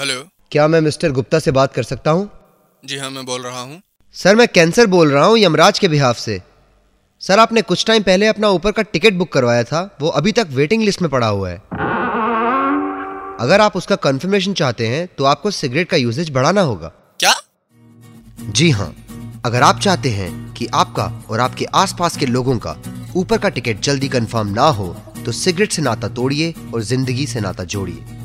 hello क्या मैं mister Gupta से बात कर सकता हूँ जी हाँ मैं बोल रहा हूँ सर मैं कैंसर बोल रहा हूँ यमराज के बिहाफ से सर आपने कुछ टाइम पहले अपना ऊपर का टिकट बुक करवाया था वो अभी तक वेटिंग लिस्ट में पड़ा हुआ है अगर आप उसका कंफर्मेशन चाहते हैं तो आपको सिगरेट का यूजेज बढ़ाना होगा क्या जी हाँ अगर आप चाहते हैं कि आपका और आपके आसपास के लोगों का ऊपर का टिकट जल्दी कंफर्म ना हो तो सिगरेट से नाता तोड़िए और जिंदगी से नाता जोड़िए